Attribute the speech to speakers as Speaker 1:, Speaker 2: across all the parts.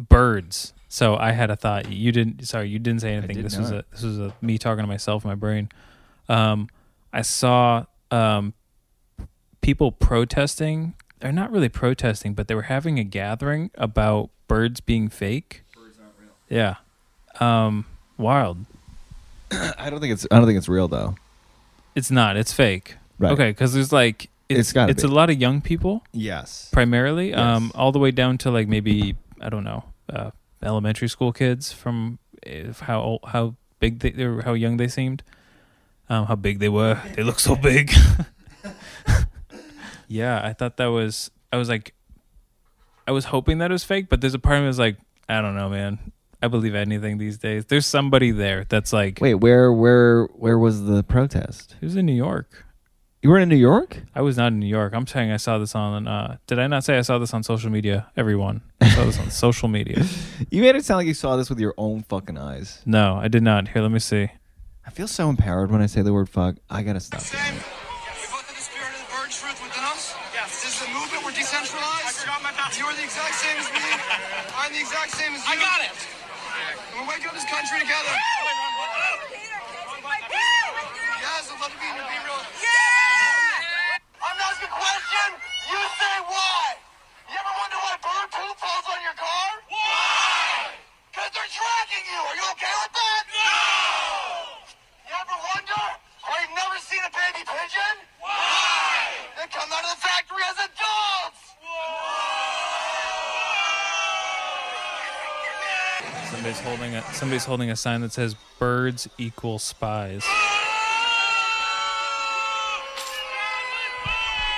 Speaker 1: birds. So I had a thought. You didn't. Sorry, you didn't say anything.
Speaker 2: did
Speaker 1: This was
Speaker 2: not.
Speaker 1: a this was a me talking to myself, in my brain. Um, I saw um, people protesting. They're not really protesting, but they were having a gathering about birds being fake. Birds aren't real. Yeah, um, wild.
Speaker 2: I don't think it's. I don't think it's real though.
Speaker 1: It's not. It's fake.
Speaker 2: Right.
Speaker 1: Okay, because there's like it's
Speaker 2: It's gotta
Speaker 1: it's
Speaker 2: be.
Speaker 1: a lot of young people.
Speaker 2: Yes.
Speaker 1: primarily um
Speaker 2: Yes.
Speaker 1: all the way down to like maybe i don't know uh elementary school kids from if how old, how big they, they were how young they seemed um how big they were they look so big yeah i thought that was i was like i was hoping that it was fake but there's a part of me that's like i don't know man i believe anything these days there's somebody there that's like
Speaker 2: Wait, where, where, where was the protest?
Speaker 1: it was in new york
Speaker 2: You were in New York.
Speaker 1: I was not in New York. I'm saying I saw this on. Uh, did I not say I saw this on social media? Everyone, I saw this on social media.
Speaker 2: You made it sound like you saw this with your own fucking eyes.
Speaker 1: No, I did not. Here, let me see.
Speaker 2: I feel so empowered when I say the word fuck. I gotta stop. doing
Speaker 3: Same. You both have the spirit of the bird truth within us? Yes. This is a movement. We're decentralized. I forgot my You are the exact same as me. I'm the exact same as you. I got it. And we're waking up this country together. Yes, I'd love to be in your be real. I'm asking a question. You say why. You ever wonder why bird poop falls on your car? Why? Because they're tracking you. Are you okay with that? No. You ever wonder why you've never seen a baby pigeon? Why? They come out of the factory as adults.
Speaker 1: Somebody's holding a somebody's holding a sign that says "Birds equal spies."
Speaker 2: it.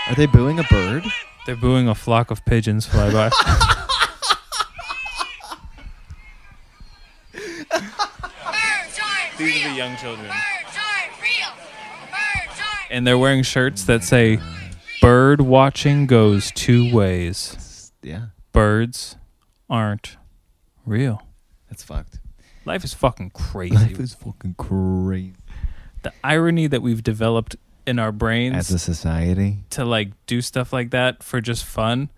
Speaker 2: Are they booing a bird?
Speaker 1: They're booing a flock of pigeons fly by.
Speaker 4: Birds aren't
Speaker 1: These are
Speaker 4: real.
Speaker 1: the young children,
Speaker 4: Birds aren't real. Birds aren't
Speaker 1: and they're wearing shirts that say "Bird watching goes two ways."
Speaker 2: Yeah,
Speaker 1: Birds aren't real.
Speaker 2: that's fucked.
Speaker 1: Life is fucking crazy.
Speaker 2: Life is fucking crazy.
Speaker 1: the irony that we've developed in our brains
Speaker 2: As a society,
Speaker 1: to like do stuff like that for just fun,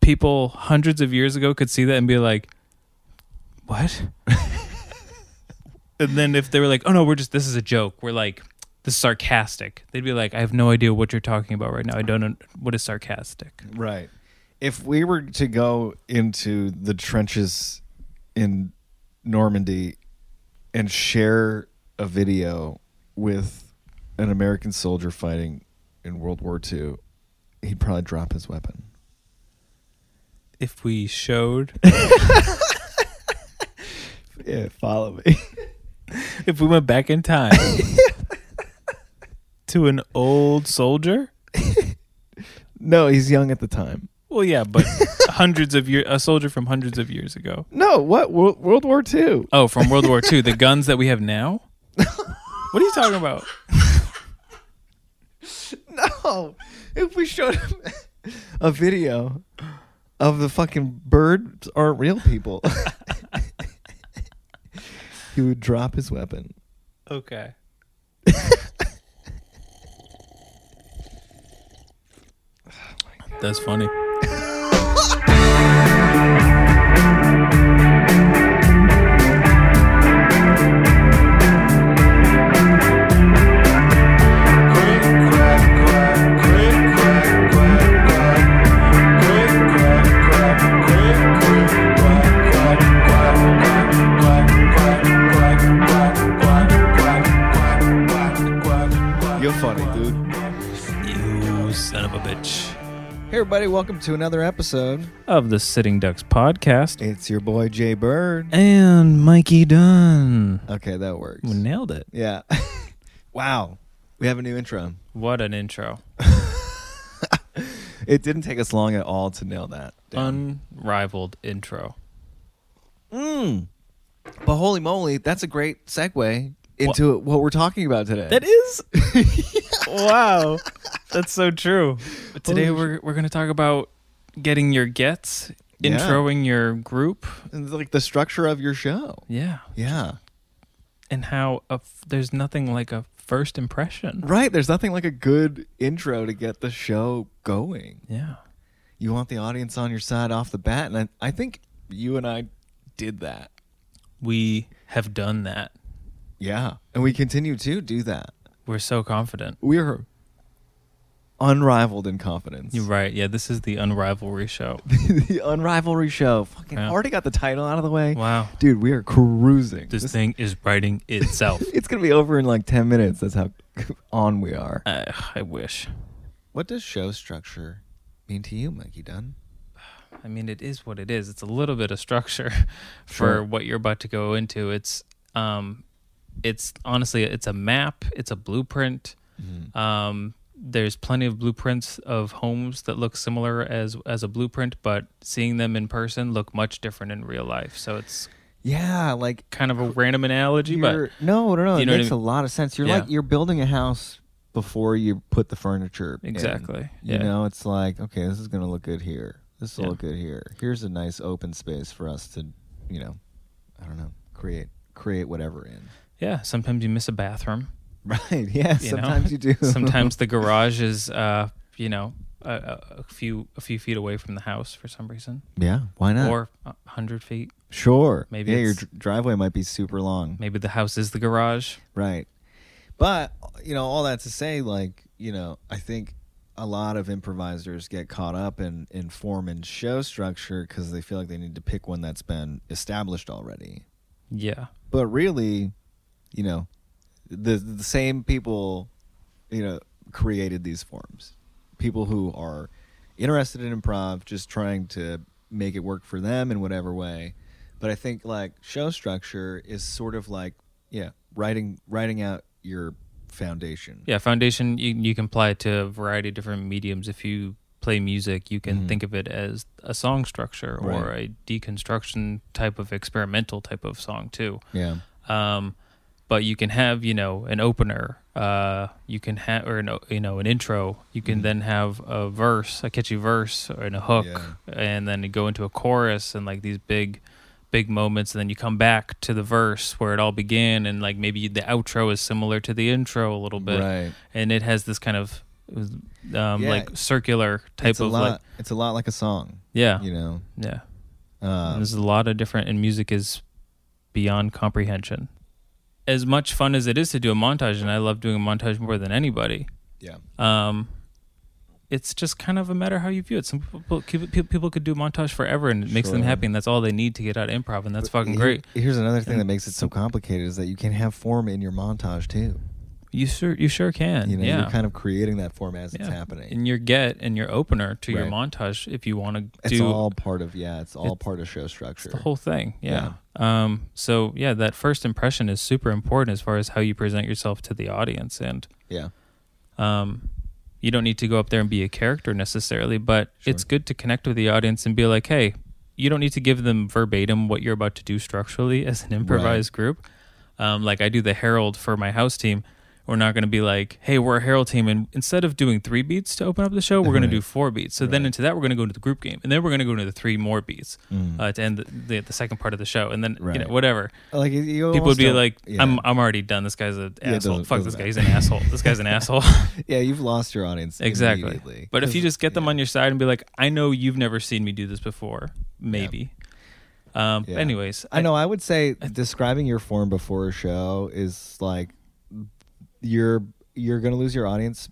Speaker 1: people hundreds of years ago could see that and be like, "What?" and then if they were like, "Oh no, we're just this is a joke. We're like this is sarcastic." They'd be like, "I have no idea what you're talking about right now. I don't know what is sarcastic."
Speaker 2: right? If we were to go into the trenches in Normandy and share a video with an American soldier fighting in World War II, he'd probably drop his weapon.
Speaker 1: If we showed
Speaker 2: Yeah, follow me.
Speaker 1: if we went back in time to an old soldier,
Speaker 2: no, he's young at the time.
Speaker 1: well yeah, but hundreds of year a soldier from hundreds of years ago.
Speaker 2: No, what Wo- World War II?
Speaker 1: Oh, from World War II, the guns that we have now. What are you talking about?
Speaker 2: No, Oh, if we showed him a video of the fucking birds aren't real people, he would drop his weapon.
Speaker 1: Okay. That's funny.
Speaker 2: You're funny, dude.
Speaker 1: You son of a bitch.
Speaker 2: Hey, everybody, welcome to another episode.
Speaker 1: Of the Sitting Ducks podcast.
Speaker 2: It's your boy Jay Bird.
Speaker 1: And Mikey Dunn.
Speaker 2: Okay, that works.
Speaker 1: We nailed it.
Speaker 2: Yeah. wow, we have a new intro.
Speaker 1: What an intro.
Speaker 2: It didn't take us long at all to nail that. down.
Speaker 1: Unrivaled intro.
Speaker 2: but holy moly, that's a great segue into what we're talking about today.
Speaker 1: That is Wow. That's so true. But today
Speaker 2: Holy
Speaker 1: we're we're gonna talk about getting your gets,
Speaker 2: Yeah.
Speaker 1: introing your group.
Speaker 2: It's like the structure of your show.
Speaker 1: Yeah.
Speaker 2: Yeah.
Speaker 1: and how a f- there's nothing like a first impression.
Speaker 2: Right. There's nothing like a good intro to get the show going.
Speaker 1: Yeah.
Speaker 2: You want the audience on your side off the bat. And I, I think you and I did that.
Speaker 1: We have done that.
Speaker 2: Yeah. And we continue to do that.
Speaker 1: We're so confident.
Speaker 2: We are unrivaled in confidence.
Speaker 1: You're right. Yeah, this is the unrivalry show.
Speaker 2: the Unrivalry Show. Fucking
Speaker 1: Yeah.
Speaker 2: already got the title out of the way.
Speaker 1: Wow.
Speaker 2: Dude, we are cruising.
Speaker 1: This
Speaker 2: This-
Speaker 1: thing is writing itself.
Speaker 2: it's going to be over in like 10 minutes. That's how on we are.
Speaker 1: I, I wish.
Speaker 2: What does show structure mean to you, Mikey Dunn?
Speaker 1: I mean, it is what it is. It's a little bit of structure for
Speaker 2: Sure.
Speaker 1: what you're about to go into. It's, um, it's honestly, it's a map. It's a blueprint.
Speaker 2: Mm-hmm.
Speaker 1: Um, there's plenty of blueprints of homes that look similar as as a blueprint, but seeing them in person look much different in real life. So it's
Speaker 2: Yeah, like
Speaker 1: kind of a random analogy,
Speaker 2: you're,
Speaker 1: but
Speaker 2: no, no, no.
Speaker 1: You
Speaker 2: It
Speaker 1: know what I
Speaker 2: makes
Speaker 1: mean?
Speaker 2: a lot of sense. You're
Speaker 1: Yeah.
Speaker 2: like you're building a house before you put the furniture. in.
Speaker 1: Exactly, yeah.
Speaker 2: You know, it's like okay, this is gonna look good here. This will
Speaker 1: Yeah.
Speaker 2: look good here. Here's a nice open space for us to, you know, I don't know, create create whatever in.
Speaker 1: yeah. Sometimes you miss a bathroom.
Speaker 2: Right. Yeah.
Speaker 1: you know?
Speaker 2: sometimes you do.
Speaker 1: sometimes the garage is, uh, you know, a, a, a few a few feet away from the house for some reason,
Speaker 2: Yeah. Why not?
Speaker 1: or a hundred feet.
Speaker 2: sure.
Speaker 1: maybe
Speaker 2: Yeah, your
Speaker 1: it's-
Speaker 2: dr- driveway might be super long.
Speaker 1: Maybe the house is the garage.
Speaker 2: Right. But, you know, all that to say, like, you know, I think a lot of improvisers get caught up in, in form and show structure because they feel like they need to pick one that's been established already.
Speaker 1: Yeah,
Speaker 2: But really, you know, the, the same people, you know, created these forms. People who are interested in improv, just trying to make it work for them in whatever way. But I think like show structure is sort of like yeah, writing writing out your foundation.
Speaker 1: yeah. Foundation you, you can apply it to a variety of different mediums. If you play music, you can think of it as a song structure or a deconstruction type of experimental type of song too.
Speaker 2: Yeah.
Speaker 1: um, but you can have you know an opener uh, you can have or an, o- you know an intro you
Speaker 2: Mm-hmm.
Speaker 1: can then have a verse a catchy verse and a hook
Speaker 2: Yeah.
Speaker 1: and then you go into a chorus and like these big big moments and then you come back to the verse where it all began and like maybe the outro is similar to the intro a little bit
Speaker 2: Right.
Speaker 1: and it has this kind of um, like circular type
Speaker 2: It's a
Speaker 1: of
Speaker 2: lot
Speaker 1: like Uh-huh.
Speaker 2: it's a lot like a song.
Speaker 1: yeah
Speaker 2: You know.
Speaker 1: yeah
Speaker 2: Um,
Speaker 1: there's a lot of different, and music is beyond comprehension. As much fun as it is to do a montage, and I love doing a montage more than anybody,
Speaker 2: yeah.
Speaker 1: um, it's just kind of a matter how you view it. Some people, people, people could do montage forever, and it makes them
Speaker 2: Sure.
Speaker 1: happy, and that's all they need to get out of improv, and that's fucking
Speaker 2: Here-
Speaker 1: great.
Speaker 2: Here's another thing that makes it so complicated is that you can have form in your montage too.
Speaker 1: You sure, you sure can.
Speaker 2: You know,
Speaker 1: yeah.
Speaker 2: you're kind of creating that form as it's
Speaker 1: Yeah.
Speaker 2: happening.
Speaker 1: And your get and your opener to your
Speaker 2: Right.
Speaker 1: montage, if you want to
Speaker 2: it's
Speaker 1: do
Speaker 2: all part of yeah, it's all part of show structure.
Speaker 1: the whole thing. Yeah. Um. So yeah, that first impression is super important as far as how you present yourself to the audience, and
Speaker 2: yeah.
Speaker 1: um, you don't need to go up there and be a character necessarily, but it's good to connect with the audience and be like, hey, you don't need to give them verbatim what you're about to do structurally as an improvised group. Um, like I do the Herald for my house team. We're not going to be like, hey, we're a Herald team. And instead of doing three beats to open up the show, we're going to do four beats. So then into that, we're going to go into the group game. And then we're going to go into the three more beats uh, to end the, the, the second part of the show. And then, you
Speaker 2: Mm. Right.
Speaker 1: know, whatever
Speaker 2: Like you- you
Speaker 1: people would
Speaker 2: almost
Speaker 1: be
Speaker 2: don't-
Speaker 1: like,
Speaker 2: yeah.
Speaker 1: "I'm I'm already done. This guy's an
Speaker 2: it
Speaker 1: asshole.
Speaker 2: doesn't-
Speaker 1: Fuck this
Speaker 2: doesn't
Speaker 1: guy. He's an asshole. This guy's an asshole."
Speaker 2: yeah, you've lost your audience
Speaker 1: exactly.
Speaker 2: immediately.
Speaker 1: But if you
Speaker 2: 'Cause-
Speaker 1: just get them
Speaker 2: yeah.
Speaker 1: on your side and be like, "I know you've never seen me do this before. Maybe." Um.
Speaker 2: Yeah.
Speaker 1: Anyways,
Speaker 2: I know I would say describing your form before a show is like you're you're gonna lose your audience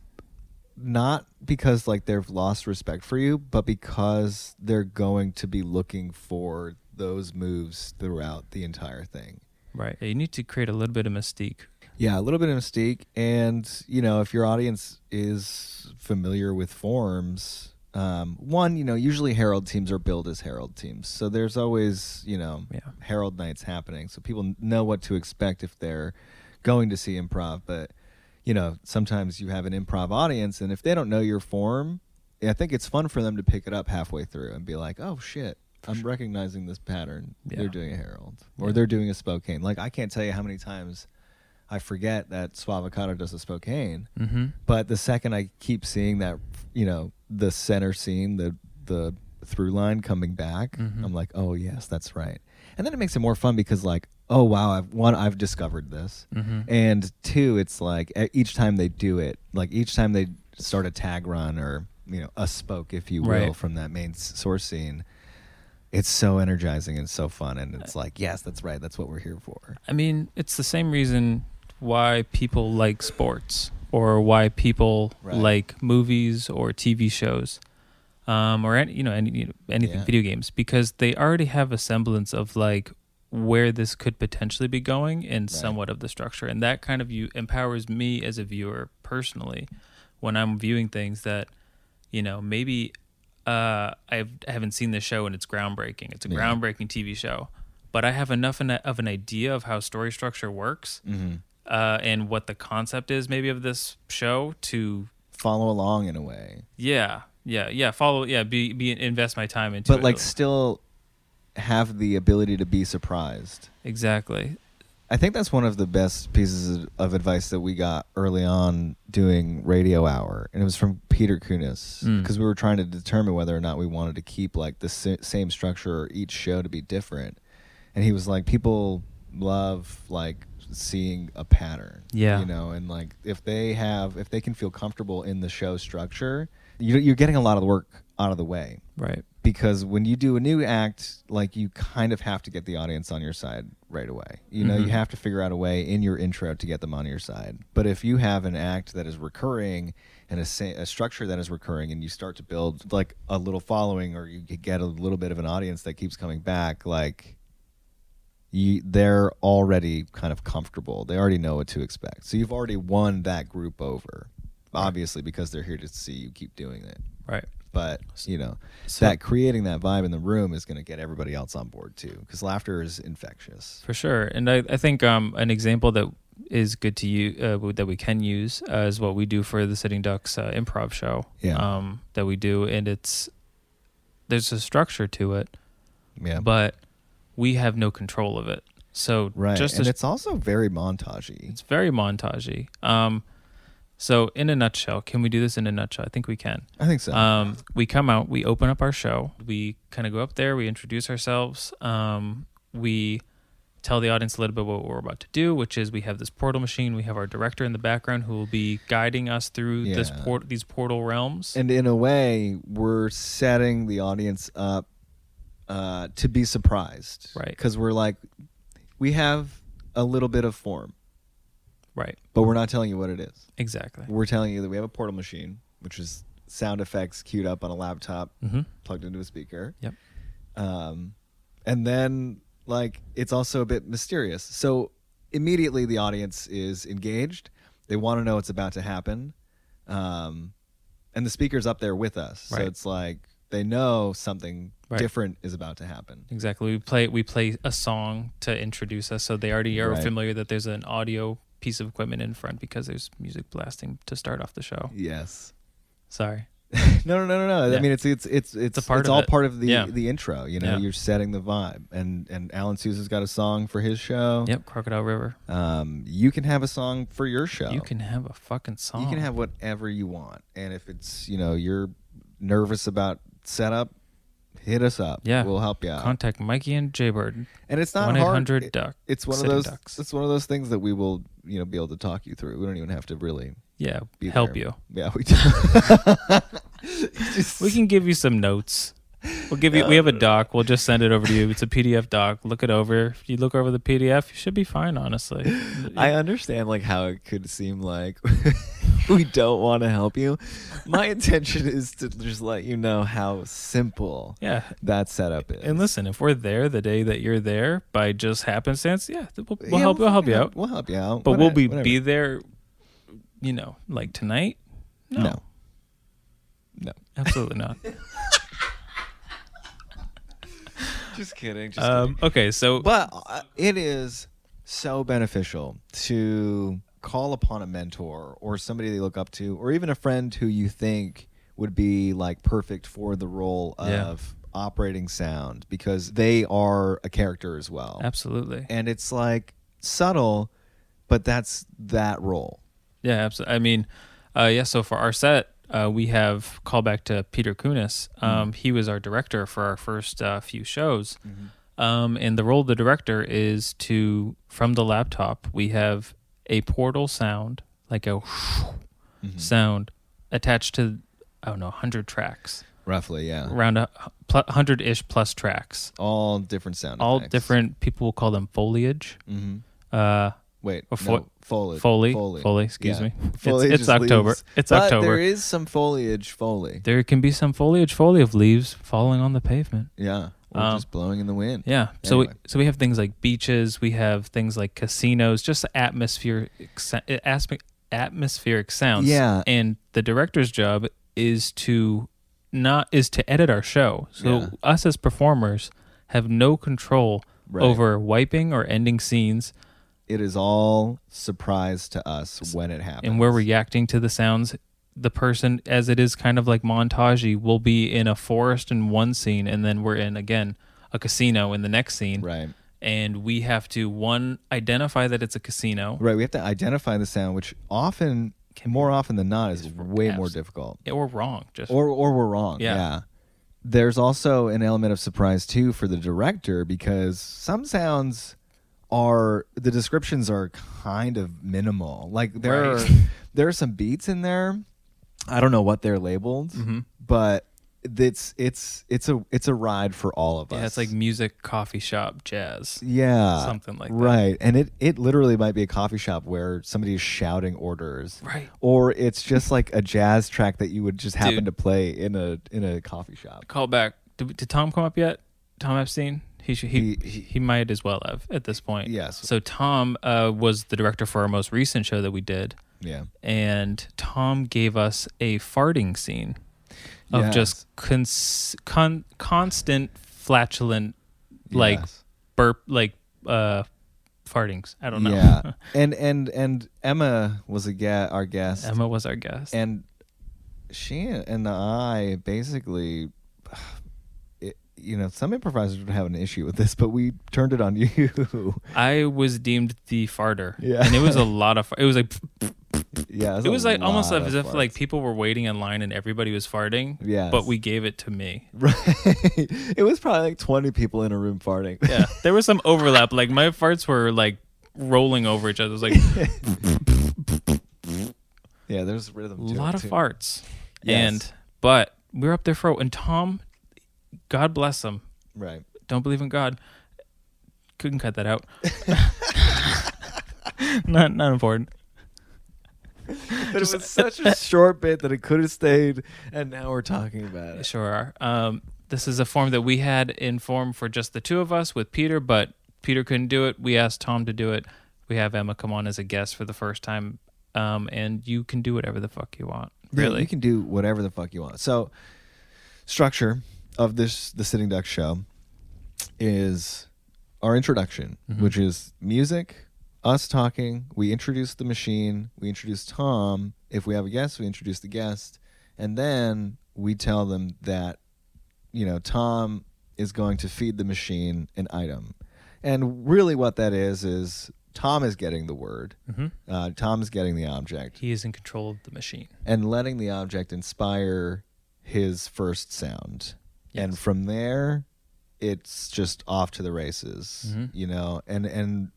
Speaker 2: not because like they've lost respect for you, but because they're going to be looking for those moves throughout the entire thing.
Speaker 1: Right. You need to create a little bit of mystique.
Speaker 2: Yeah, a little bit of mystique, and you know, if your audience is familiar with forms, um, one, you know, usually herald teams are billed as herald teams, so there's always you know
Speaker 1: Yeah.
Speaker 2: herald nights happening, so people know what to expect if they're going to see improv. But you know, sometimes you have an improv audience, and if they don't know your form, I think it's fun for them to pick it up halfway through and be like, "Oh shit." I'm recognizing this pattern.
Speaker 1: Yeah.
Speaker 2: They're doing a Herald, or they're doing a Spokane. Like I can't tell you how many times I forget that Suavocado does a Spokane. Mm-hmm. But the second I keep seeing that, you know, the center scene, the the through line coming back, I'm like, oh yes, that's right. And then it makes it more fun because like, oh wow, I've one, I've discovered this, and two, it's like e- each time they do it, like each time they start a tag run or you know a spoke, if you will,
Speaker 1: Right.
Speaker 2: from that main s- source scene it's so energizing and so fun, and it's like, yes, that's right, that's what we're here for.
Speaker 1: I mean, it's the same reason why people like sports or why people
Speaker 2: Right.
Speaker 1: like movies or TV shows um, or any, you know any you know, anything
Speaker 2: Yeah.
Speaker 1: video games because they already have a semblance of like where this could potentially be going and somewhat of the structure and that kind of you empowers me as a viewer personally when I'm viewing things that you know maybe uh, I've, I haven't seen this show and it's groundbreaking. It's a groundbreaking TV show, but I have enough an, of an idea of how story structure works uh, and what the concept is maybe of this show to
Speaker 2: Follow along in a way,
Speaker 1: yeah yeah yeah follow yeah be be invest my time into
Speaker 2: but
Speaker 1: it.
Speaker 2: like still have the ability to be surprised.
Speaker 1: exactly
Speaker 2: I think that's one of the best pieces of- of advice that we got early on doing Radio Hour, and it was from Peter Kunis
Speaker 1: Hmm.
Speaker 2: because we were trying to determine whether or not we wanted to keep like the sa- same structure or each show to be different. And he was like, people love like seeing a pattern,
Speaker 1: Yeah.
Speaker 2: you know, and like if they have if they can feel comfortable in the show structure, you you're getting a lot of the work out of the way
Speaker 1: right
Speaker 2: because when you do a new act like you kind of have to get the audience on your side right away you know you have to figure out a way in your intro to get them on your side but if you have an act that is recurring and a, sa- a structure that is recurring and you start to build like a little following or you could get a little bit of an audience that keeps coming back like you, they're already kind of comfortable they already know what to expect so you've already won that group over obviously because they're here to see you keep doing it
Speaker 1: right
Speaker 2: but you know
Speaker 1: so-
Speaker 2: that creating that vibe in the room is going to get everybody else on board too because laughter is infectious
Speaker 1: for sure and I, I think um an example that is good to you uh, w- that we can use uh, is what we do for the sitting ducks uh, improv show
Speaker 2: Yeah.
Speaker 1: um that we do and it's there's a structure to it
Speaker 2: yeah
Speaker 1: but we have no control of it. So
Speaker 2: right
Speaker 1: just
Speaker 2: and
Speaker 1: as,
Speaker 2: it's also very montagey
Speaker 1: it's very montagey. Um, so in a nutshell, can we do this in a nutshell? I think we can.
Speaker 2: i think so
Speaker 1: Um, we come out, we open up our show, we kind of go up there, we introduce ourselves, um, we tell the audience a little bit what we're about to do, which is we have this portal machine, we have our director in the background who will be guiding us through this
Speaker 2: Yeah.
Speaker 1: port these portal realms.
Speaker 2: and in a way we're setting the audience up uh, to be surprised
Speaker 1: Right.
Speaker 2: because we're like we have a little bit of form
Speaker 1: right.
Speaker 2: but we're not telling you what it is
Speaker 1: Exactly.
Speaker 2: we're telling you that we have a portal machine which is sound effects queued up on a laptop
Speaker 1: Mhm.
Speaker 2: plugged into a speaker
Speaker 1: Yep.
Speaker 2: um, and then like it's also a bit mysterious so immediately the audience is engaged they want to know what's about to happen um, and the speaker's up there with us so
Speaker 1: Right.
Speaker 2: it's like they know something
Speaker 1: Right.
Speaker 2: different is about to happen
Speaker 1: Exactly. We play we play a song to introduce us, so they already are
Speaker 2: Right.
Speaker 1: familiar that there's an audio piece of equipment in front because there's music blasting to start off the show.
Speaker 2: yes
Speaker 1: Sorry.
Speaker 2: no no no no no i
Speaker 1: Yeah.
Speaker 2: mean it's it's it's it's,
Speaker 1: a part
Speaker 2: it's
Speaker 1: of
Speaker 2: all
Speaker 1: it.
Speaker 2: part of the
Speaker 1: Yeah.
Speaker 2: the intro you know
Speaker 1: Yeah.
Speaker 2: you're setting the vibe and and alan sousa's got a song for his show
Speaker 1: Yep. Crocodile River.
Speaker 2: um you can have a song for your show
Speaker 1: You can have a fucking song.
Speaker 2: Oh. You can have whatever you want, and if it's you know you're nervous about setup, hit us up.
Speaker 1: Yeah.
Speaker 2: we'll help you out.
Speaker 1: contact Mikey and Jaybird.
Speaker 2: and it's not
Speaker 1: One eight
Speaker 2: hard.
Speaker 1: hundred
Speaker 2: It-
Speaker 1: duck.
Speaker 2: It's one of
Speaker 1: Sitting
Speaker 2: those.
Speaker 1: Ducks.
Speaker 2: It's one of those things that we will you know be able to talk you through. We don't even have to really
Speaker 1: Yeah.
Speaker 2: be
Speaker 1: Help
Speaker 2: there.
Speaker 1: you.
Speaker 2: Yeah, we do. Just-
Speaker 1: We can give you some notes. We'll give you. We have a doc. We'll just send it over to you. It's a PDF doc. Look it over. If you look over the PDF, you should be fine. Honestly.
Speaker 5: I understand like how it could seem like we don't want to help you. My intention is to just let you know how simple
Speaker 1: Yeah.
Speaker 2: that setup is.
Speaker 1: And listen, if we're there the day that you're there by just happenstance, yeah, th- we'll,
Speaker 2: Yeah,
Speaker 1: we'll help. We'll help you
Speaker 2: figure
Speaker 1: out.
Speaker 2: We'll help you out.
Speaker 1: but
Speaker 2: What-
Speaker 1: we'll be
Speaker 2: whatever.
Speaker 1: be there. You know, like tonight. No,
Speaker 2: no, no.
Speaker 1: absolutely not.
Speaker 5: Just kidding. Just
Speaker 1: um, okay, so
Speaker 2: But uh, it is so beneficial to call upon a mentor or somebody they look up to, or even a friend who you think would be like perfect for the role of
Speaker 1: Yeah.
Speaker 2: operating sound because they are a character as well.
Speaker 1: absolutely,
Speaker 2: And it's like subtle, but that's that role.
Speaker 1: yeah, absolutely. I mean, uh, yeah. So for our set, uh, we have callback to Peter Kunis. Um, He was our director for our first uh, few shows, um, and the role of the director is to from the laptop. We have a portal sound, like a sound, attached to I don't know, hundred tracks.
Speaker 2: Roughly, yeah.
Speaker 1: around a hundred ish plus tracks,
Speaker 2: all different sound
Speaker 1: all
Speaker 2: effects.
Speaker 1: different. People will call them foliage.
Speaker 2: Mhm.
Speaker 1: Uh,
Speaker 2: Wait,
Speaker 1: Or fo-
Speaker 2: no, foliage.
Speaker 1: Foley,
Speaker 2: Foley.
Speaker 1: Foley, excuse
Speaker 2: Yeah.
Speaker 1: me. It's-
Speaker 2: Foliage
Speaker 1: It's,
Speaker 2: is
Speaker 1: October.
Speaker 2: leaves.
Speaker 1: It's
Speaker 2: But
Speaker 1: October.
Speaker 2: There is some foliage, Foley.
Speaker 1: there can be some foliage, foliage of leaves falling on the pavement.
Speaker 2: Yeah, or
Speaker 1: Um,
Speaker 2: just blowing in the wind.
Speaker 1: Yeah. So we,
Speaker 2: Anyway.
Speaker 1: so we have things like beaches. We have things like casinos. Just atmosphere, atmospheric, atmospheric sounds.
Speaker 2: Yeah.
Speaker 1: And the director's job is to not is to edit our show. So
Speaker 2: Yeah.
Speaker 1: us as performers have no control
Speaker 2: Right.
Speaker 1: over wiping or ending scenes,
Speaker 2: It is all surprise to us when it happens.
Speaker 1: and we're reacting to the sounds. The person, as it is kind of like montagey, will be in a forest in one scene, and then we're in again a casino in the next scene.
Speaker 2: right,
Speaker 1: and we have to one identify that it's a casino
Speaker 2: right. We have to identify the sound, which often, more often than not, is way more
Speaker 1: abs-
Speaker 2: difficult.
Speaker 1: or wrong just
Speaker 2: or or we're wrong. Yeah.
Speaker 1: Yeah.
Speaker 2: There's also an element of surprise too for the director because some sounds are the descriptions are kind of minimal. Like there
Speaker 1: Right.
Speaker 2: are there are some beats in there. I don't know what they're labeled,
Speaker 1: Mm-hmm.
Speaker 2: but it's it's it's a it's a ride for all of us.
Speaker 1: yeah, it's like music coffee shop jazz
Speaker 2: yeah,
Speaker 1: something like that.
Speaker 2: right. And it it literally might be a coffee shop where somebody is shouting orders,
Speaker 1: Right.
Speaker 2: Or it's just like a jazz track that you would just happen
Speaker 1: Dude.
Speaker 2: to play in a in a coffee shop.
Speaker 1: call back did, did tom come up yet tom epstein he should he,
Speaker 2: He-
Speaker 1: he
Speaker 2: he-
Speaker 1: might as well have at this point
Speaker 2: Yes.
Speaker 1: so tom uh, was the director for our most recent show that we did
Speaker 2: Yeah.
Speaker 1: and tom gave us a farting scene of
Speaker 2: Yes.
Speaker 1: just cons- con- constant flatulent like
Speaker 2: Yes.
Speaker 1: burp like uh fartings i don't know
Speaker 2: Yeah. and and and Emma was a ga- our guest,
Speaker 1: Emma was our guest.
Speaker 2: and she and I basically, it, you know, some improvisers would have an issue with this, but we turned it on you.
Speaker 1: I was deemed the farter.
Speaker 2: Yeah.
Speaker 1: And it was a lot of far- it was like
Speaker 2: yeah.
Speaker 1: it was
Speaker 2: a
Speaker 1: like almost
Speaker 2: lot
Speaker 1: as
Speaker 2: of
Speaker 1: if like
Speaker 2: farts.
Speaker 1: people were waiting in line and everybody was farting.
Speaker 2: Yes.
Speaker 1: But we gave it to me.
Speaker 2: Right. it was probably like twenty people in a room farting.
Speaker 1: Yeah. there was some overlap. Like my farts were like rolling over each other. It was like a
Speaker 2: yeah. There's rhythm. to
Speaker 1: lot
Speaker 2: it,
Speaker 1: of
Speaker 2: too.
Speaker 1: farts.
Speaker 2: Yes.
Speaker 1: And but we were up there for and Tom, God bless him.
Speaker 2: Right.
Speaker 1: Don't believe in God. Couldn't cut that out. not not important.
Speaker 5: But it was such a short bit that it could have stayed, and now we're talking about it.
Speaker 1: Sure are. Um, this is a form that we had in form for just the two of us with Peter, but Peter couldn't do it. We asked Tom to do it. We have Emma come on as a guest for the first time, um, and you can do whatever the fuck you want.
Speaker 2: Yeah,
Speaker 1: Really?
Speaker 2: you can do whatever the fuck you want. So, structure of this the Sitting Duck show is our introduction, which is music, us talking. We introduce the machine. We introduce Tom. If we have a guest, we introduce the guest, and then we tell them that you know Tom is going to feed the machine an item, and really what that is is Tom is getting the word. Uh, Tom's getting the object
Speaker 1: he is in control of the machine.
Speaker 2: and letting the object inspire his first sound. And from there, it's just off to the races, you know. And and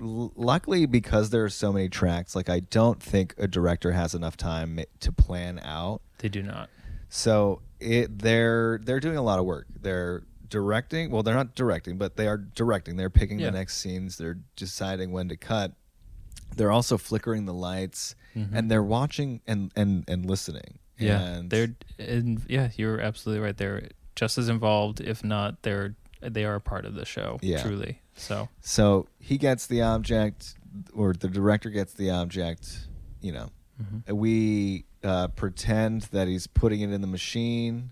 Speaker 2: l- luckily, because there are so many tracks, like I don't think a director has enough time to plan out.
Speaker 1: They do not.
Speaker 2: So it they're they're doing a lot of work. They're directing. Well, they're not directing, but they are directing. They're picking
Speaker 1: Yeah.
Speaker 2: the next scenes. They're deciding when to cut. They're also flickering the lights, and they're watching and and and listening.
Speaker 1: Mm-hmm. Yeah,
Speaker 2: and
Speaker 1: they're and yeah, you're absolutely right. They're just as involved, if not, they're they are a part of the show.
Speaker 2: Yeah.
Speaker 1: truly. So
Speaker 2: So he gets the object, or the director gets the object. You know,
Speaker 1: Mm-hmm.
Speaker 2: we uh, pretend that he's putting it in the machine.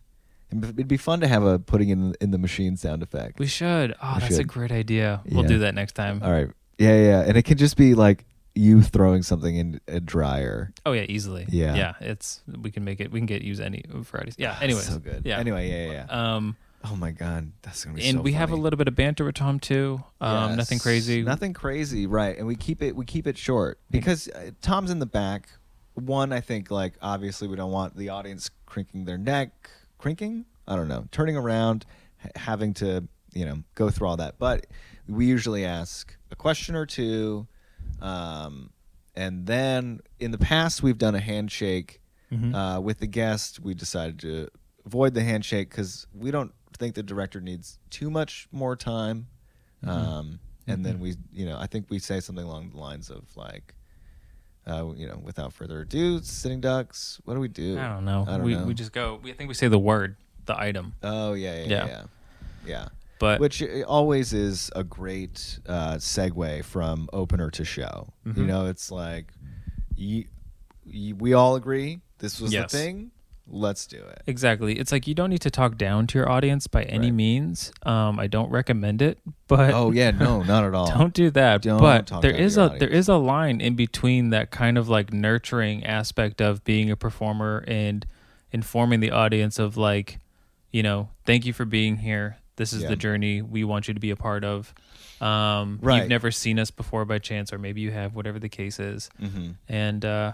Speaker 2: And It'd be fun to have a putting it in, in the machine sound effect.
Speaker 1: we should. Oh, that's a
Speaker 2: should.
Speaker 1: great idea. We'll
Speaker 2: Yeah.
Speaker 1: do that next time.
Speaker 2: All right. Yeah, yeah. And it can just be like you throwing something in a dryer.
Speaker 1: Oh yeah, easily.
Speaker 2: Yeah. Ah,
Speaker 1: yeah. It's we can make it. We can get use any varieties. Yeah. Anyways,
Speaker 2: So good.
Speaker 1: Yeah.
Speaker 2: Anyway, yeah, yeah. yeah.
Speaker 1: Um,
Speaker 2: oh my god, that's gonna be.
Speaker 1: and
Speaker 2: so
Speaker 1: we have a
Speaker 2: funny.
Speaker 1: little bit of banter with Tom too. Um,
Speaker 2: Yes.
Speaker 1: nothing crazy. Mm-hmm.
Speaker 2: Nothing crazy, right? And we keep it. We keep it short because uh, Tom's in the back. One, I think, like obviously, we don't want the audience crinking their neck, crinking. I don't know, turning around, ha- having to you know go through all that. But we usually ask a question or two, um, and
Speaker 1: Mm-hmm.
Speaker 2: then in the past we've done a handshake uh, with the guest. We decided to avoid the handshake because we don't think the director needs too much more time.
Speaker 1: Mm-hmm.
Speaker 2: Um, and then we, you know, I think we say something along the lines of like, uh, you know, without further ado, sitting ducks. What do we do?
Speaker 1: I don't know.
Speaker 2: I don't
Speaker 1: we
Speaker 2: know.
Speaker 1: we just go. We, I think we say the word, the item,
Speaker 2: Oh yeah, yeah,
Speaker 1: Yeah.
Speaker 2: yeah, yeah. yeah.
Speaker 1: but
Speaker 2: Which i- always is a great uh, segue from opener to show.
Speaker 1: Mm-hmm.
Speaker 2: You know, it's like you, you, we all agree this was
Speaker 1: Yes.
Speaker 2: the thing. Let's do it.
Speaker 1: exactly. It's like you don't need to talk down to your audience by any
Speaker 2: Right.
Speaker 1: means. Um, I don't recommend it, but
Speaker 2: Oh yeah, no, not at all.
Speaker 1: don't do that.
Speaker 2: Don't
Speaker 1: but
Speaker 2: talk
Speaker 1: there
Speaker 2: down to
Speaker 1: is a
Speaker 2: your
Speaker 1: there is a line in between that kind of like nurturing aspect of being a performer and informing the audience of like, you know, thank you for being here. This is
Speaker 2: Yeah.
Speaker 1: the journey we want you to be a part of. Um,
Speaker 2: Right.
Speaker 1: You've never seen us before by chance, or maybe you have, whatever the case is. And uh,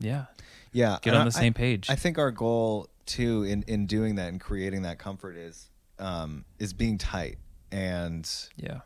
Speaker 1: yeah,
Speaker 2: yeah,
Speaker 1: get
Speaker 2: Mm-hmm. and
Speaker 1: on the
Speaker 2: I-
Speaker 1: same page.
Speaker 2: I think our goal too in in doing that and creating that comfort is um, is being tight and
Speaker 1: yeah.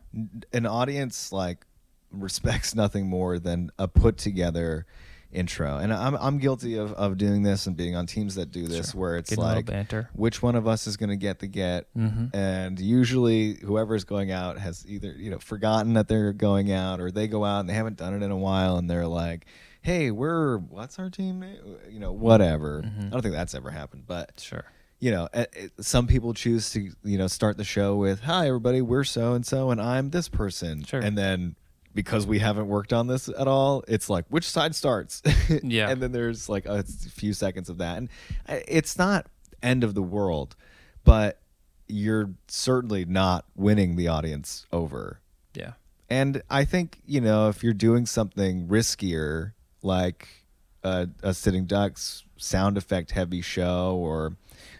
Speaker 2: an audience like respects nothing more than a put together intro and i'm i'm guilty of of doing this and being on teams that do this
Speaker 1: Sure.
Speaker 2: where it's
Speaker 1: Getting a little
Speaker 2: like
Speaker 1: banter.
Speaker 2: which one of us is going to get the get and usually whoever's going out has either you know forgotten that they're going out or they go out and they haven't done it in a while and they're like hey we're what's our team name you know whatever i don't think that's ever happened but
Speaker 1: Sure.
Speaker 2: you know, eh, eh, some people choose to, you know, start the show with, "Hi, everybody, we're so and so, and I'm this person,"
Speaker 1: Sure.
Speaker 2: and then because we haven't worked on this at all, it's like which side starts,
Speaker 1: Yeah.
Speaker 2: and then there's like a s- few seconds of that, and eh, it's not end of the world, but you're certainly not winning the audience over
Speaker 1: Yeah.
Speaker 2: and I think, you know, if you're doing something riskier, like a, a Sitting Ducks sound effect heavy show or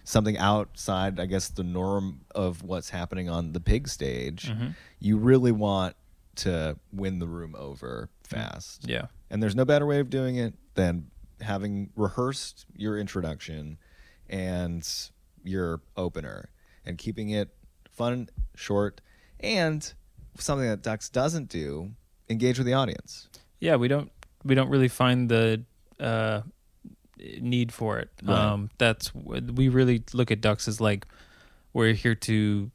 Speaker 2: something outside, I guess, the norm of what's happening on the pig stage, you really want to win the room over fast.
Speaker 1: Yeah.
Speaker 2: And there's no better way of doing it than having rehearsed your introduction and your opener and keeping it fun, short, and something that Ducks doesn't do engage with the audience.
Speaker 1: yeah we don't we don't really find the uh need for it
Speaker 2: Right.
Speaker 1: um that's we really look at ducks as like we're here to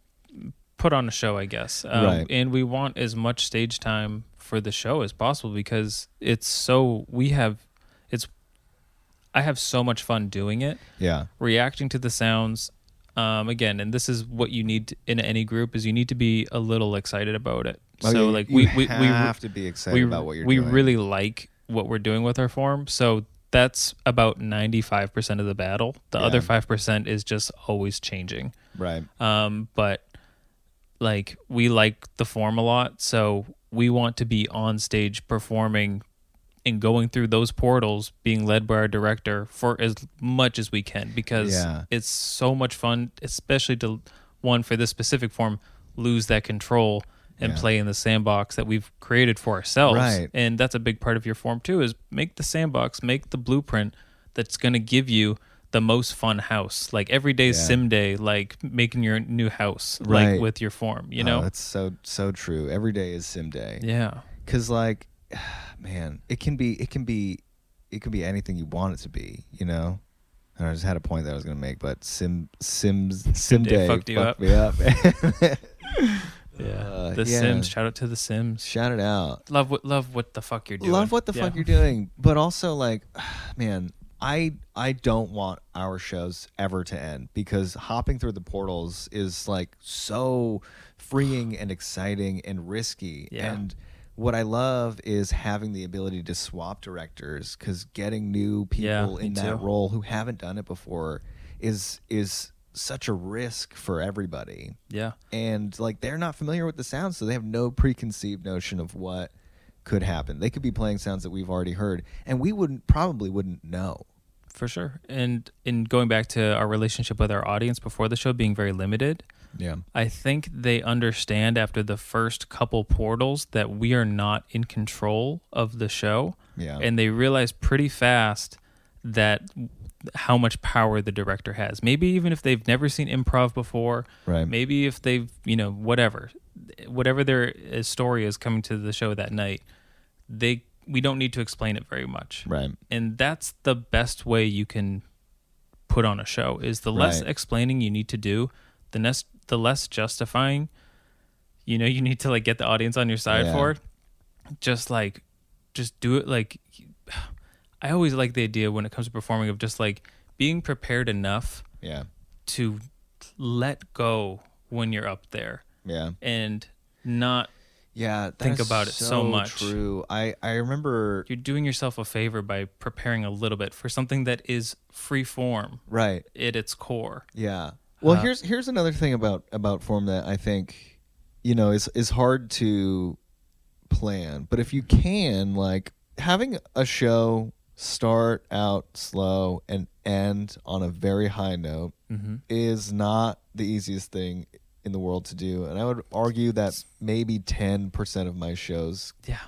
Speaker 1: put on a show i guess um,
Speaker 2: Right.
Speaker 1: and we want as much stage time for the show as possible because it's so we have it's i have so much fun doing it
Speaker 2: Yeah.
Speaker 1: reacting to the sounds um, again and this is what you need in any group is you need to be a little excited about it
Speaker 2: Oh,
Speaker 1: so
Speaker 2: you-
Speaker 1: like
Speaker 2: you
Speaker 1: we, we, we
Speaker 2: have to be excited
Speaker 1: we,
Speaker 2: about what you're
Speaker 1: we
Speaker 2: doing.
Speaker 1: really like what we're doing with our form so that's about 95% of the battle the
Speaker 2: Yeah.
Speaker 1: other 5% is just always changing
Speaker 2: Right.
Speaker 1: um, but like we like the form a lot so we want to be on stage performing and going through those portals being led by our director for as much as we can because
Speaker 2: Yeah.
Speaker 1: it's so much fun especially to one for this specific form lose that control and
Speaker 2: Yeah.
Speaker 1: play in the sandbox that we've created for ourselves
Speaker 2: Right.
Speaker 1: and that's a big part of your form too is make the sandbox make the blueprint that's going to give you the most fun house like every day
Speaker 2: Yeah.
Speaker 1: sim day like making your new house like
Speaker 2: Right.
Speaker 1: with your form you know
Speaker 2: Oh, that's Uh, so so true. Every day is sim day.
Speaker 1: yeah
Speaker 2: because like man it can be it can be it can be anything you want it to be you know and i just had a point that i was gonna make but sim sims sim
Speaker 1: Day
Speaker 2: day,
Speaker 1: fucked you up.
Speaker 2: me up
Speaker 1: yeah
Speaker 2: Uh,
Speaker 1: the
Speaker 2: yeah.
Speaker 1: sims shout out to the sims
Speaker 2: shout it out
Speaker 1: love what love what the fuck you're doing
Speaker 2: love what the
Speaker 1: Yeah.
Speaker 2: fuck you're doing but also like man i i don't want our shows ever to end because hopping through the portals is like so freeing and exciting and risky
Speaker 1: Yeah.
Speaker 2: and what i love is having the ability to swap directors because getting new
Speaker 1: Yeah,
Speaker 2: people
Speaker 1: me
Speaker 2: in that
Speaker 1: too.
Speaker 2: role who haven't done it before is is such a risk for everybody
Speaker 1: yeah
Speaker 2: and like they're not familiar with the sounds, so they have no preconceived notion of what could happen. They could be playing sounds that we've already heard, and we wouldn't probably wouldn't know.
Speaker 1: for sure and in going back to our relationship with our audience before the show being very limited
Speaker 2: Yeah,
Speaker 1: I think they understand after the first couple portals that we are not in control of the show.
Speaker 2: Yeah.
Speaker 1: And they realize pretty fast that how much power the director has. Maybe even if they've never seen improv before,
Speaker 2: Right.
Speaker 1: maybe if they've, you know, whatever, whatever their uh, story is coming to the show that night, they we don't need to explain it very much.
Speaker 2: right.
Speaker 1: And that's the best way you can put on a show is the less
Speaker 2: Right.
Speaker 1: explaining you need to do, the less the less justifying you know you need to like get the audience on your side
Speaker 2: Yeah.
Speaker 1: for it. Just like just do it like I always like the idea when it comes to performing of just like being prepared enough
Speaker 2: Yeah.
Speaker 1: to let go when you're up there
Speaker 2: Yeah.
Speaker 1: and not
Speaker 2: Yeah.
Speaker 1: Think
Speaker 2: that's
Speaker 1: about it so much.
Speaker 2: True. I I remember.
Speaker 1: you're doing yourself a favor by preparing a little bit for something that is free form
Speaker 2: Right.
Speaker 1: at its core.
Speaker 2: Yeah. Well,
Speaker 1: Uh,
Speaker 2: here's here's another thing about about form that I think you know is is hard to plan, but if you can, like having a show start out slow and end on a very high note is not the easiest thing in the world to do, and I would argue that maybe ten percent of my shows
Speaker 1: Yeah,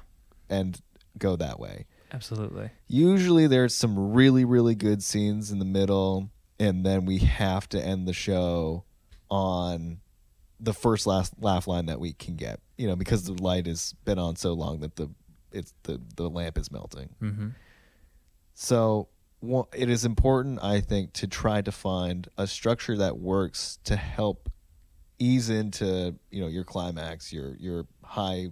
Speaker 2: end go that way
Speaker 1: absolutely.
Speaker 2: usually there's some really really good scenes in the middle and then we have to end the show on the first last laugh line that we can get you know because the light has been on so long that the it's the the lamp is melting mm-hmm. so wha- it is important i think to try to find a structure that works to help ease into you know your climax your your high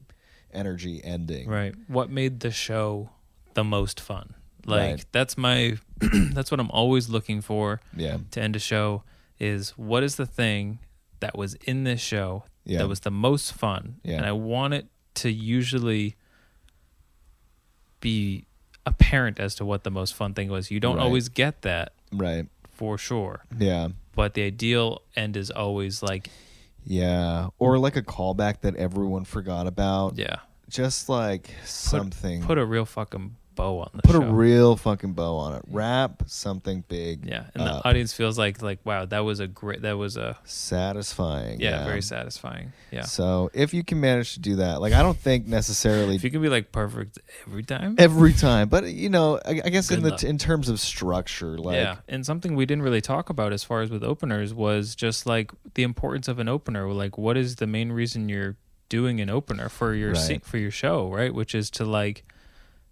Speaker 2: energy ending
Speaker 1: Right. What made the show the most fun? Like
Speaker 2: Right.
Speaker 1: that's my that's what I'm always looking for
Speaker 2: yeah
Speaker 1: to end a show is what is the thing that was in this show
Speaker 2: Yeah.
Speaker 1: that was the most fun?
Speaker 2: Yeah.
Speaker 1: And I want it to usually be apparent as to what the most fun thing was. You don't
Speaker 2: Right.
Speaker 1: always get that
Speaker 2: right
Speaker 1: for sure.
Speaker 2: yeah
Speaker 1: But the ideal end is always like
Speaker 2: Yeah, or like a callback that everyone forgot about.
Speaker 1: yeah.
Speaker 2: just like something.
Speaker 1: Put a real fucking bow on the
Speaker 2: Put
Speaker 1: show.
Speaker 2: a real fucking bow on it. Wrap something big.
Speaker 1: Yeah, and the
Speaker 2: up.
Speaker 1: audience feels like like wow, that was a great, that was a
Speaker 2: satisfying.
Speaker 1: yeah, very satisfying. Yeah,
Speaker 2: So if you can manage to do that, like I don't think necessarily
Speaker 1: if you can be like perfect every time,
Speaker 2: every time, but you know, I, I guess in
Speaker 1: Good
Speaker 2: the
Speaker 1: luck.
Speaker 2: in terms of structure, like
Speaker 1: yeah. And something we didn't really talk about as far as with openers was just like the importance of an opener. Like, what is the main reason you're doing an opener for your se-
Speaker 2: Right.
Speaker 1: for your show, right? Which is to like,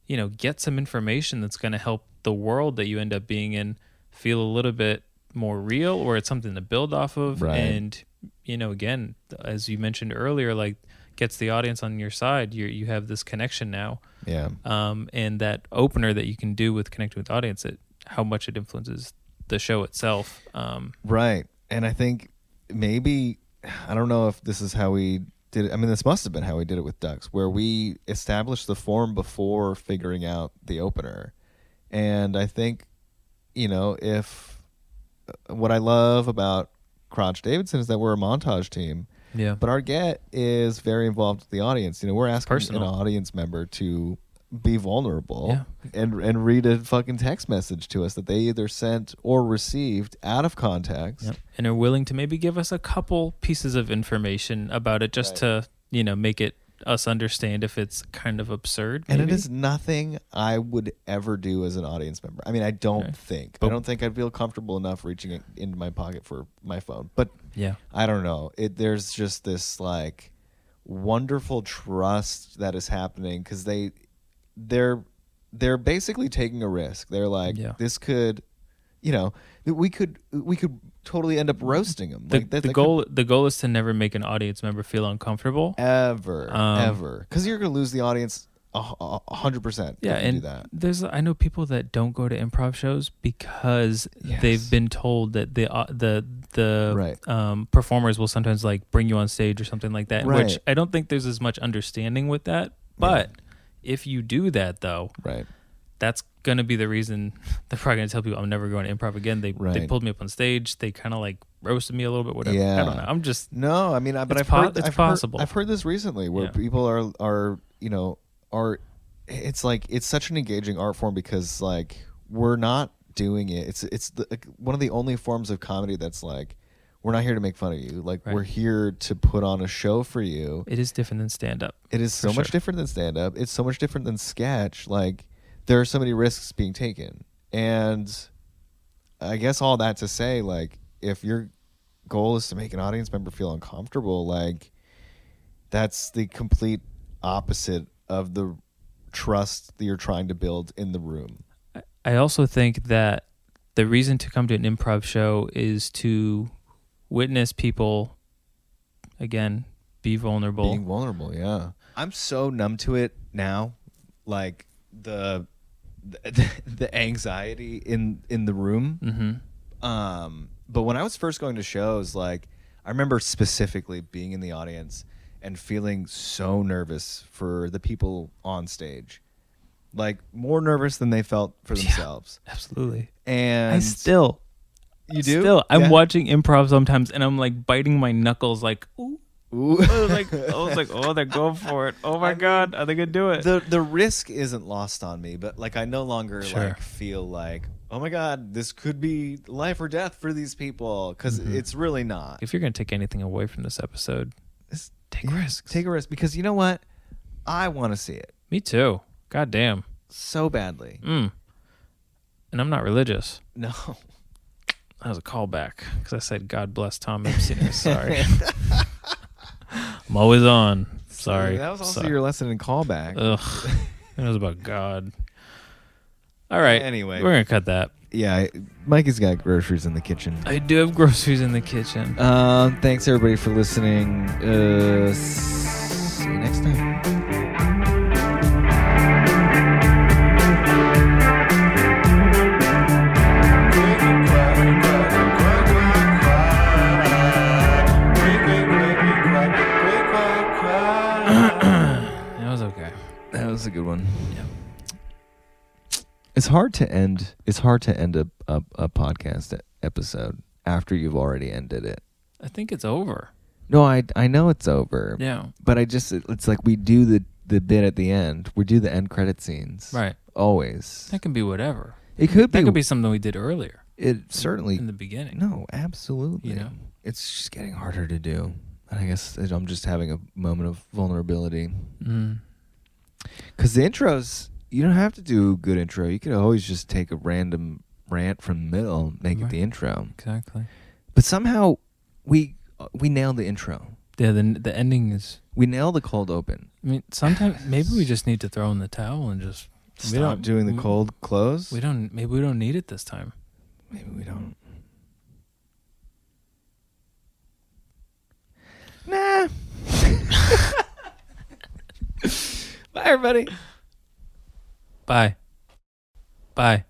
Speaker 1: you know, get some information that's going to help the world that you end up being in feel a little bit more real, or it's something to build off of,
Speaker 2: Right.
Speaker 1: and you know, again, as you mentioned earlier, like gets the audience on your side. You you have this connection now
Speaker 2: yeah,
Speaker 1: um, and that opener that you can do with connecting with the audience, it, how much it influences the show itself. Um,
Speaker 2: right. And I think maybe I don't know if this is how we did it. I mean, this must have been how we did it with ducks, where we established the form before figuring out the opener. And I think, you know, if uh, what I love about Crotch Davidson is that we're a montage team.
Speaker 1: Yeah.
Speaker 2: But our get is very involved with the audience. You know, we're asking
Speaker 1: personal.
Speaker 2: an audience member to be vulnerable
Speaker 1: Yeah.
Speaker 2: and and read a fucking text message to us that they either sent or received out of context.
Speaker 1: And are willing to maybe give us a couple pieces of information about it just to, you know, make it us understand if it's kind of absurd.
Speaker 2: And it
Speaker 1: maybe.
Speaker 2: is nothing I would ever do as an audience member. I mean, I don't think. I don't think I'd feel comfortable enough reaching it into my pocket for my phone. But
Speaker 1: Yeah.
Speaker 2: I don't know. It there's just this like wonderful trust that is happening cuz they they're they're basically taking a risk. They're like
Speaker 1: Yeah.
Speaker 2: this could you know, we could we could totally end up roasting them.
Speaker 1: The,
Speaker 2: like that,
Speaker 1: the
Speaker 2: that could
Speaker 1: goal the goal is to never make an audience member feel uncomfortable.
Speaker 2: ever
Speaker 1: Um,
Speaker 2: ever cuz you're going to lose the audience a hu- a 100%
Speaker 1: yeah,
Speaker 2: if you
Speaker 1: and
Speaker 2: do that.
Speaker 1: there's I know people that don't go to improv shows because
Speaker 2: Yes.
Speaker 1: they've been told that the uh, the the
Speaker 2: Right.
Speaker 1: um, performers will sometimes like bring you on stage or something like that.
Speaker 2: Right.
Speaker 1: Which I don't think there's as much understanding with that. But if you do that though,
Speaker 2: Right.
Speaker 1: that's gonna be the reason they're probably gonna tell people I'm never going to improv again. They they
Speaker 2: Right.
Speaker 1: pulled me up on stage. They kind of like roasted me a little bit. Whatever. I
Speaker 2: Yeah.
Speaker 1: don't know. I'm just
Speaker 2: No, I mean, I, but
Speaker 1: It's
Speaker 2: I've
Speaker 1: po-
Speaker 2: heard
Speaker 1: it's
Speaker 2: I've
Speaker 1: possible.
Speaker 2: Heard, I've heard this recently where
Speaker 1: Yeah.
Speaker 2: people are are you know are it's like it's such an engaging art form because like we're not doing it. It's it's the, like, one of the only forms of comedy that's like we're not here to make fun of you. Like
Speaker 1: Right.
Speaker 2: we're here to put on a show for you.
Speaker 1: it is different than stand up.
Speaker 2: It is so
Speaker 1: For
Speaker 2: much
Speaker 1: sure.
Speaker 2: different than stand up. It's so much different than sketch. Like there are so many risks being taken. And I guess all that to say like if your goal is to make an audience member feel uncomfortable, like that's the complete opposite of the trust that you're trying to build in the room.
Speaker 1: I also think that the reason to come to an improv show is to witness people again be vulnerable.
Speaker 2: Being vulnerable, yeah. I'm so numb to it now, like the the, the anxiety in in the room. Mm-hmm. Um, but when I was first going to shows, like I remember specifically being in the audience and feeling so nervous for the people on stage, like more nervous than they felt for themselves.
Speaker 1: Absolutely.
Speaker 2: And
Speaker 1: I still
Speaker 2: you do
Speaker 1: still I'm
Speaker 2: Yeah.
Speaker 1: watching improv sometimes and I'm like biting my knuckles like ooh
Speaker 2: Ooh.
Speaker 1: I was like I was like oh they're going for it. Oh my god, are they going to do it?
Speaker 2: the the risk isn't lost on me, but like I no longer
Speaker 1: Sure.
Speaker 2: like feel like oh my god, this could be life or death for these people because
Speaker 1: Mm-hmm.
Speaker 2: it's really not.
Speaker 1: if you're going to take anything away from this episode,
Speaker 2: It's-
Speaker 1: take
Speaker 2: yeah,
Speaker 1: risks.
Speaker 2: Take a risk because you know what? I want to see it
Speaker 1: Me too. God damn.
Speaker 2: so badly.
Speaker 1: Mm. And I'm not religious.
Speaker 2: No,
Speaker 1: That was a callback because I said, God bless Tom Epstein. Sorry. I'm always on. Sorry.
Speaker 2: that was also
Speaker 1: Sorry. Uh.
Speaker 2: your lesson in callback.
Speaker 1: Ugh. It was about God. All right.
Speaker 2: Anyway.
Speaker 1: we're going to cut that.
Speaker 2: yeah, I- Mikey's got groceries in the kitchen.
Speaker 1: I do have groceries in the kitchen.
Speaker 2: Um, thanks everybody for listening. Uh, see you next time.
Speaker 1: That was okay.
Speaker 2: That was a good one. It's hard to end. It's hard to end a, a, a podcast e- episode after you've already ended it.
Speaker 1: I think it's over.
Speaker 2: No, I I know it's over.
Speaker 1: Yeah.
Speaker 2: But I just it- it's like we do the the bit at the end. We do the end credit scenes.
Speaker 1: Right.
Speaker 2: Always.
Speaker 1: That can be whatever.
Speaker 2: It could be.
Speaker 1: That could be something we did earlier
Speaker 2: It certainly.
Speaker 1: in the beginning.
Speaker 2: No, absolutely.
Speaker 1: You know?
Speaker 2: It's just getting harder to do. And I guess that I'm just having a moment of vulnerability.
Speaker 1: Mm.
Speaker 2: Because the intros, you don't have to do a good intro. You could always just take a random rant from the middle, make it
Speaker 1: Right.
Speaker 2: the intro.
Speaker 1: Exactly.
Speaker 2: But somehow we uh, we nailed the intro.
Speaker 1: Yeah, the, the ending is
Speaker 2: We nailed the cold open.
Speaker 1: I mean, sometimes maybe we just need to throw in the towel and just we don't we-
Speaker 2: cold close.
Speaker 1: We don't. Maybe we don't need it this time.
Speaker 2: Maybe we don't. Nah. Bye, everybody.
Speaker 1: Bye. Bye.